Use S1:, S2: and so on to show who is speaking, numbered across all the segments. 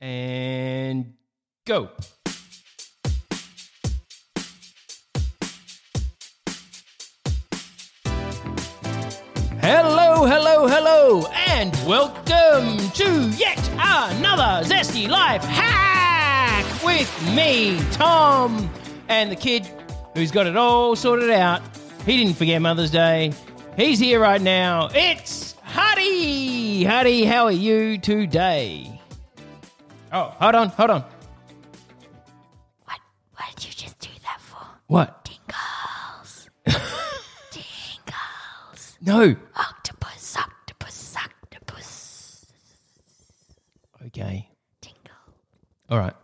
S1: And go. Hello, hello, hello, and welcome to yet another Zesty Life Hack with me, Tom, and the kid who's got it all sorted out. He didn't forget Mother's Day. He's here right now. It's Huddy. Huddy, how are you today? Oh, hold on, hold on.
S2: What, what did you just do that for?
S1: What?
S2: Tingles. Tingles.
S1: No.
S2: Octopus, octopus, octopus.
S1: Okay.
S2: Tingle.
S1: All right.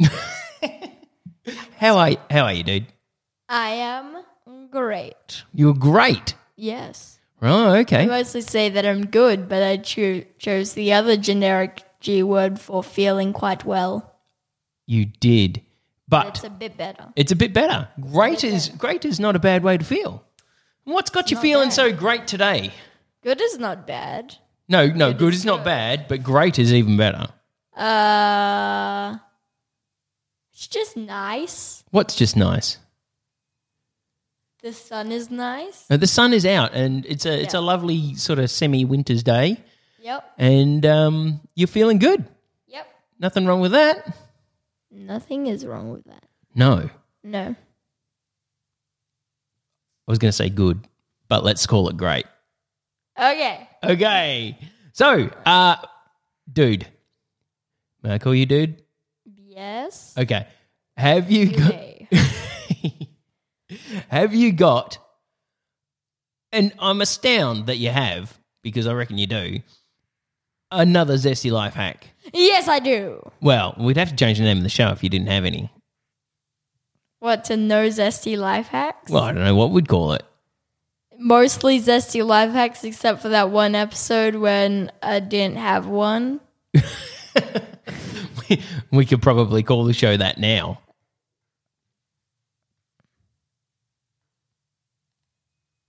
S1: Yeah. how are you, how are you, dude?
S2: I am great.
S1: You're great.
S2: Yes.
S1: Oh,
S2: I
S1: okay.
S2: mostly say that I'm good, but I cho- chose the other generic G word for feeling quite well.
S1: You did, but
S2: That's a bit better.
S1: it's a bit better. Great is great is not a bad way to feel. What's got you feeling so great today?
S2: Good is not bad.
S1: No, no, good, is not bad, but great is even better.
S2: Uh, it's just nice.
S1: What's just nice?
S2: The sun is nice.
S1: Now, the sun is out, and it's a it's a
S2: Yeah.
S1: lovely sort of semi winter's day,
S2: Yep.
S1: and um, you're feeling good.
S2: Yep.
S1: Nothing wrong with that.
S2: Nothing is wrong with that.
S1: No,
S2: No.
S1: I was going to say good, but let's call it great.
S2: Okay.
S1: Okay. So, uh, dude, may I call you dude?
S2: Yes.
S1: Okay. Have you got,
S2: Okay.
S1: have you got, and I'm astounded that you have, because I reckon you do, another Zesty Life hack.
S2: yes, I do.
S1: Well, we'd have to change the name of the show if you didn't have any.
S2: What to no zesty life hacks?
S1: Well, I don't know what we'd call it.
S2: Mostly zesty life hacks, except for that one episode when I didn't have one.
S1: we could probably call the show that now.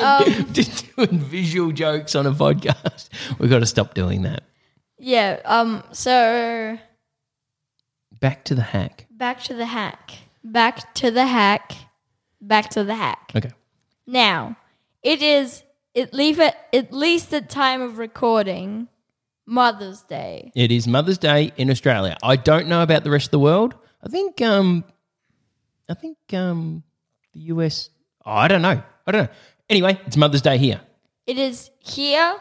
S2: Um,
S1: Just doing visual jokes on a podcast. We've got to stop doing that.
S2: Yeah. Um. So
S1: Back to the hack.
S2: back to the hack. Back to the hack. Back to the hack.
S1: Okay.
S2: Now, it is it leave it at least at time of recording, Mother's Day.
S1: It is Mother's Day in Australia. I don't know about the rest of the world. I think um I think um the US oh, I don't know. I don't know. Anyway, it's Mother's Day here.
S2: It is here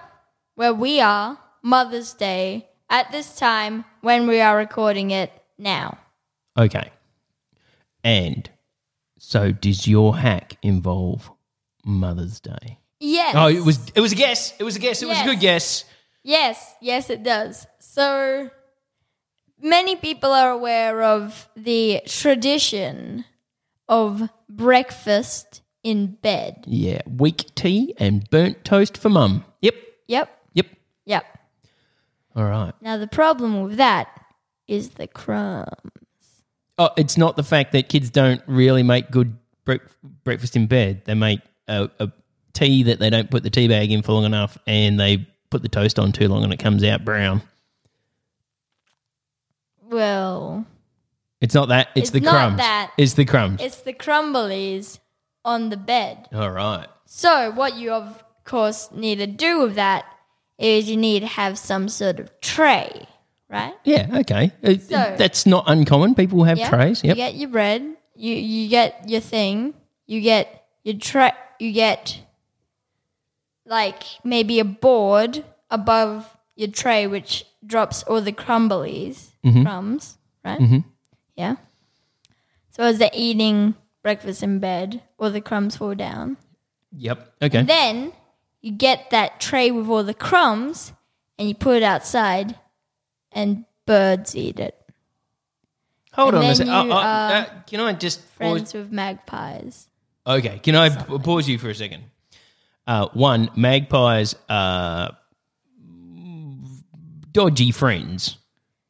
S2: where we are, Mother's Day, at this time when we are recording it now.
S1: Okay. And so does your hack involve Mother's Day?
S2: Yes.
S1: Oh, it was it was a guess. It was a guess. It was a
S2: Yes.
S1: good guess.
S2: Yes, yes, it does. So many people are aware of the tradition of breakfast in bed.
S1: Yeah, weak tea and burnt toast for mum. Yep.
S2: Yep,
S1: Yep.
S2: yep.
S1: All right.
S2: Now, the problem with that is the crumb.
S1: Oh, it's not the fact that kids don't really make good break breakfast in bed. They make a, a tea that they don't put the tea bag in for long enough, and they put the toast on too long, and it comes out brown.
S2: Well,
S1: It's not that. It's,
S2: It's
S1: the
S2: not
S1: crumbs.
S2: that.
S1: It's the crumbs.
S2: It's the crumblies on the bed.
S1: All right.
S2: So, what you of course need to do with that is you need to have some sort of tray, right?
S1: Yeah. Okay. Uh,
S2: So-
S1: That's not uncommon. People have
S2: Yeah.
S1: trays.
S2: You
S1: Yep.
S2: get your bread. You you get your thing. You get your tray. You get like maybe a board above your tray, which drops all the crumblies,
S1: Mm-hmm.
S2: crumbs, right? Yeah. So as they're eating breakfast in bed, all the crumbs fall down.
S1: Yep. Okay.
S2: Then you get that tray with all the crumbs and you put it outside, and birds eat it.
S1: Hold
S2: and
S1: on a
S2: then
S1: second. Oh,
S2: you
S1: oh,
S2: are
S1: uh, can I just pause?
S2: Friends with magpies.
S1: Okay. Can I p- pause you for a second? Uh, one, magpies are dodgy friends.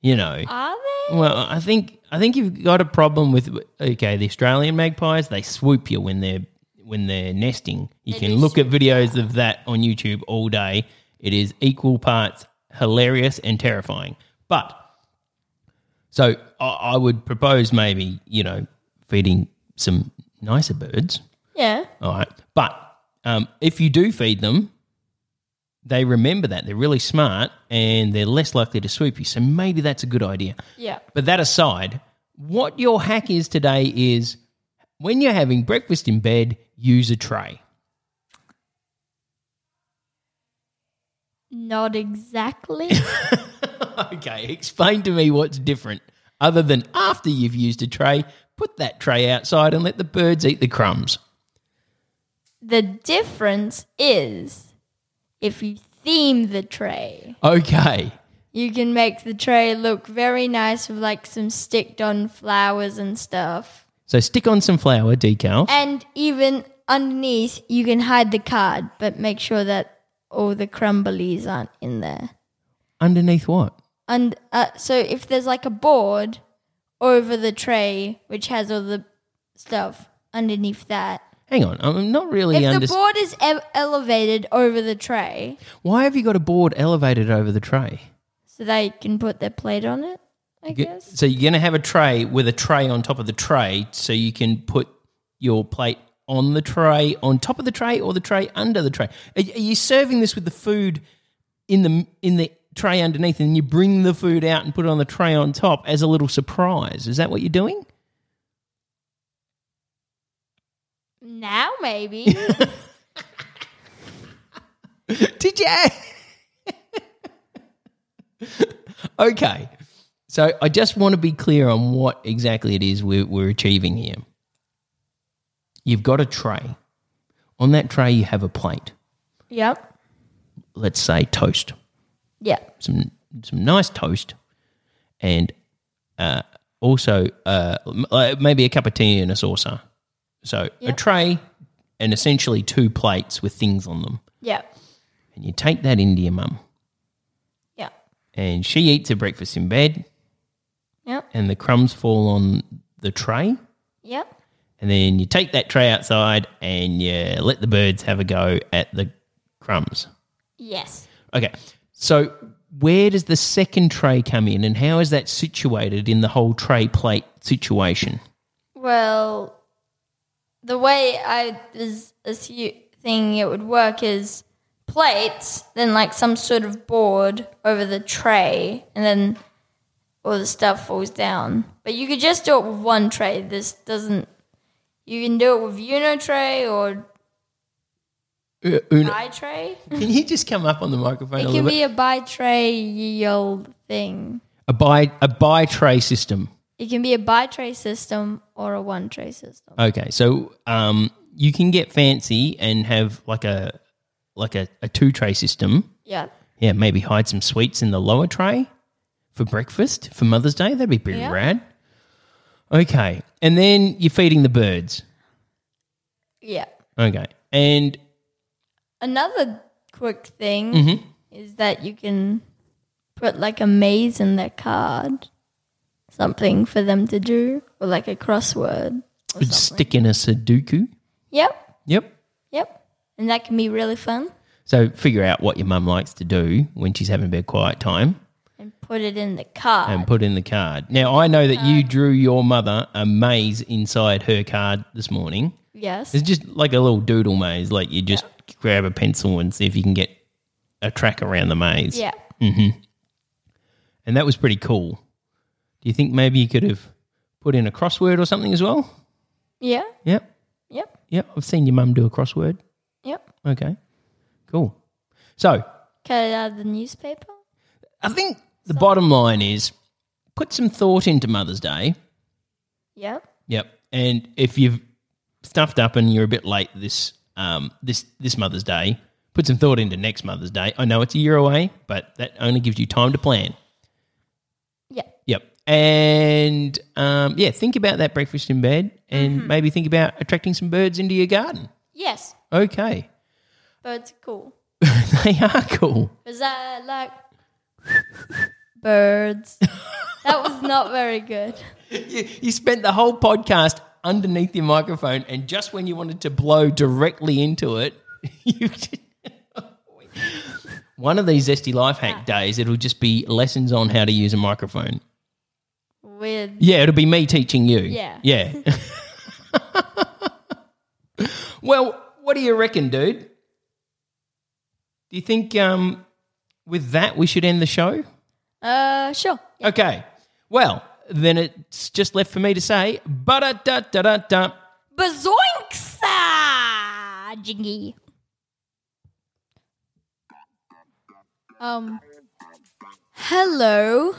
S1: You know.
S2: Are they?
S1: Well, I think I think you've got a problem with okay, the Australian magpies. They swoop you when they're when they're nesting. You can look at videos of that on YouTube all day. It is equal parts hilarious and terrifying. But so I, I would propose maybe you know feeding some nicer birds.
S2: Yeah.
S1: All right, but um, if you do feed them. They remember that they're really smart and they're less likely to swoop you. So maybe that's a good idea.
S2: Yeah.
S1: But that aside, what your hack is today is when you're having breakfast in bed, use a tray.
S2: Not exactly.
S1: Okay, explain to me what's different other than after you've used a tray, put that tray outside and let the birds eat the crumbs.
S2: the difference is if you theme the tray,
S1: Okay.
S2: you can make the tray look very nice with like some sticked on flowers and stuff.
S1: So stick on some flour decal.
S2: And even underneath, you can hide the card, but make sure that all the crumblies aren't in there.
S1: Underneath what?
S2: And uh, so if there's like a board over the tray which has all the stuff underneath that,
S1: Hang on, I'm not really
S2: if the
S1: understanding.
S2: board is ev- elevated over the tray,
S1: Why have you got a board elevated over the tray?
S2: so they can put their plate on it. I
S1: Ge-
S2: guess.
S1: So you're going to have a tray with a tray on top of the tray, so you can put your plate on the tray, on top of the tray, or the tray under the tray. Are, are you serving this with the food in the in the tray underneath, and you bring the food out and put it on the tray on top as a little surprise? Is that what you're doing?
S2: Now maybe.
S1: Did you? okay. So I just want to be clear on what exactly it is we're, we're achieving here. You've got a tray. On that tray, you have a plate.
S2: yep.
S1: Let's say toast,
S2: Yep.
S1: some some nice toast, and uh, also uh, m- uh, maybe a cup of tea and a saucer. So a tray and essentially two plates with things on them,
S2: Yep.
S1: and you take that into your mum.
S2: Yep.
S1: and she eats her breakfast in bed,
S2: Yep.
S1: and the crumbs fall on the tray.
S2: Yep.
S1: And then you take that tray outside and you let the birds have a go at the crumbs.
S2: Yes.
S1: Okay, so where does the second tray come in, and how is that situated in the whole tray plate situation?
S2: Well, the way I was assu- thinking it would work is plates, then like some sort of board over the tray, and then all the stuff falls down. But you could just do it with one tray. This doesn't. You can do it with Uno tray or
S1: Uh, Una,
S2: I tray.
S1: can you just come up on the microphone a
S2: It
S1: little
S2: can
S1: bit?
S2: be a by tray ye old thing.
S1: a buy a buy tray system.
S2: It can be a by tray system or a one tray system.
S1: Okay, so um, you can get fancy and have like a like a, a two tray system.
S2: Yeah.
S1: Yeah, maybe hide some sweets in the lower tray for breakfast for Mother's Day. That'd be pretty
S2: Yeah.
S1: rad. Okay. And then you're feeding the birds.
S2: Yeah.
S1: Okay. And
S2: Another quick thing
S1: Mm-hmm.
S2: is that you can put like a maze in their card, something for them to do, or like a crossword.
S1: stick in a Sudoku.
S2: Yep.
S1: Yep.
S2: Yep. And that can be really fun.
S1: So figure out what your mum likes to do when she's having a bit of quiet time.
S2: and put it in the card.
S1: and put in the card. Now I know that you drew your mother a maze inside her card this morning.
S2: yes.
S1: It's just like a little doodle maze. Like you just grab a pencil and see if you can get a track around the maze.
S2: Yeah.
S1: and that was pretty cool. Do you think maybe you could have put in a crossword or something as well?
S2: Yeah.
S1: Yep,
S2: Yep.
S1: yep. I've seen your mum do a crossword.
S2: Yep.
S1: Okay, cool. So
S2: Cut it out of the newspaper.
S1: I think the bottom line is put some thought into Mother's Day.
S2: Yep.
S1: Yep. And if you've stuffed up and you're a bit late this um, this this Mother's Day, put some thought into next Mother's Day. I know it's a year away, but that only gives you time to plan.
S2: Yep.
S1: Yep. And um, yeah, think about that breakfast in bed, and maybe think about attracting some birds into your garden.
S2: Yes.
S1: Okay,
S2: Birds are cool.
S1: they are cool.
S2: Was I like birds? that was not very good.
S1: You, you spent the whole podcast underneath your microphone, and just when you wanted to blow directly into it, you. Just, one of these zesty life hack days, it'll just be lessons on how to use a microphone.
S2: Weird.
S1: Yeah, it'll be me teaching you.
S2: Yeah.
S1: Yeah. well, what do you reckon, dude? Do you think um, with that we should end the show?
S2: Uh, sure.
S1: Okay. Well, then it's just left for me to say, ba da da da da da.
S2: Bazoinks! Jingy. Um. Hello.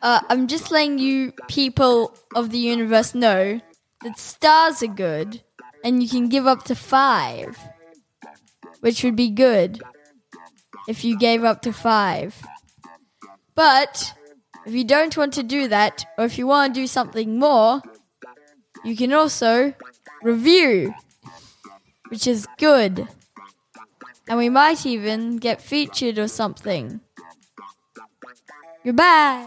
S2: Uh, I'm just letting you people of the universe know that stars are good and you can give up to five, which would be good if you gave up to five. But if you don't want to do that, or if you want to do something more, you can also review, which is good. And we might even get featured or something. Goodbye.